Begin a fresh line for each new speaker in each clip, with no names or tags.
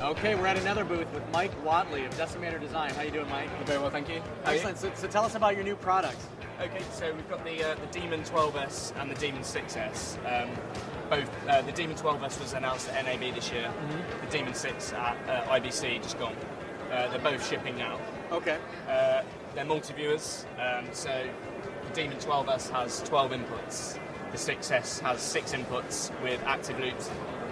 Okay, we're at another booth with Mike Watley of Decimator Design. How you doing, Mike?
Very well, thank you. How are you?
Excellent. So, so tell us about your new products.
Okay, so we've got the, uh, the Demon 12S and the Demon 6S. Um, both uh, the Demon 12S was announced at NAB this year.
Mm-hmm.
The Demon 6 at uh, IBC just gone. Uh, they're both shipping now.
Okay.
Uh, they're multi-viewers, um, so the Demon 12S has 12 inputs. The 6S has six inputs with active loops,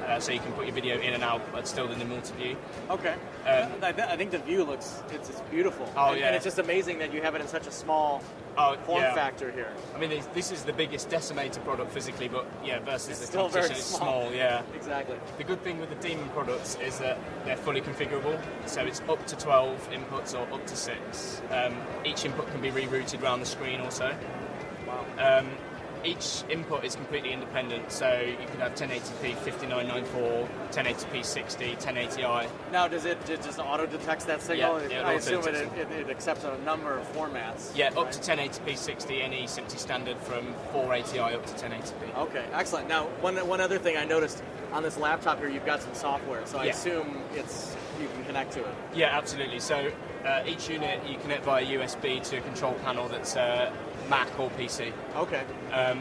uh, so you can put your video in and out, but still in the multi-view.
Okay.
Um,
I, th- I think the view looks it's, it's beautiful.
Oh,
and,
yeah.
And it's just amazing that you have it in such a small
Oh,
form
yeah.
factor here.
I mean, this- this is the biggest decimator product physically, but yeah, versus
It's
the
still very
competition, it's
small.
small. Yeah.
Exactly.
The good thing with the Demon products is that they're fully configurable, so it's up to 12 inputs or up to six. Um, each input can be rerouted around the screen also.
Wow.
Um, each input is completely independent, so you can have 1080p 5994, 1080p 60, 1080i.
Now, does it, it just auto detects that signal?
Yeah, yeah, it
I
auto
assume it,
detects
it, it accepts a number of formats.
Yeah, up
right?
to 1080p 60, any SMPTE standard from 480i up to 1080p.
Okay, excellent. Now, one, one other thing I noticed on this laptop here, you've got some software, so I
Yeah.
assume it's you can connect to it.
Yeah, absolutely. So uh, each unit you connect via USB to a control panel that's uh, Mac or PC.
Okay.
Um,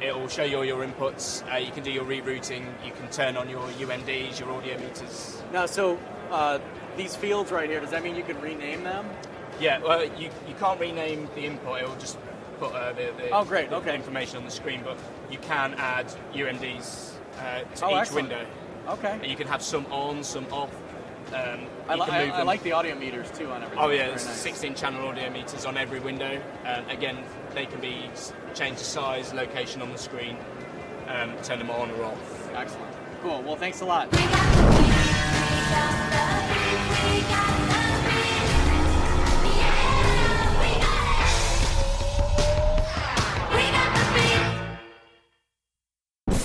it will show you all your inputs. Uh, you can do your rerouting. You can turn on your UMDs, your audio meters.
Now, so uh, these fields right here, does that mean you can rename them?
Yeah, well, you, you can't rename the input. It will just put uh, the, the,
Oh, great,
the
okay.
information on the screen, but you can add UMDs uh, to
Oh,
each
excellent.
window. And
Okay.
you can have some on, some off. Um,
I,
you
li-
can
I,
move
I
them.
like the audio meters too on everything.
Oh yeah,
Very
there's
nice.
16 channel audio meters on every window. Um, again, they can be s- changed to size, location on the screen, um, turn them on or off.
Excellent. Cool. Well, thanks a lot.
We got the beat, we got the beat, we got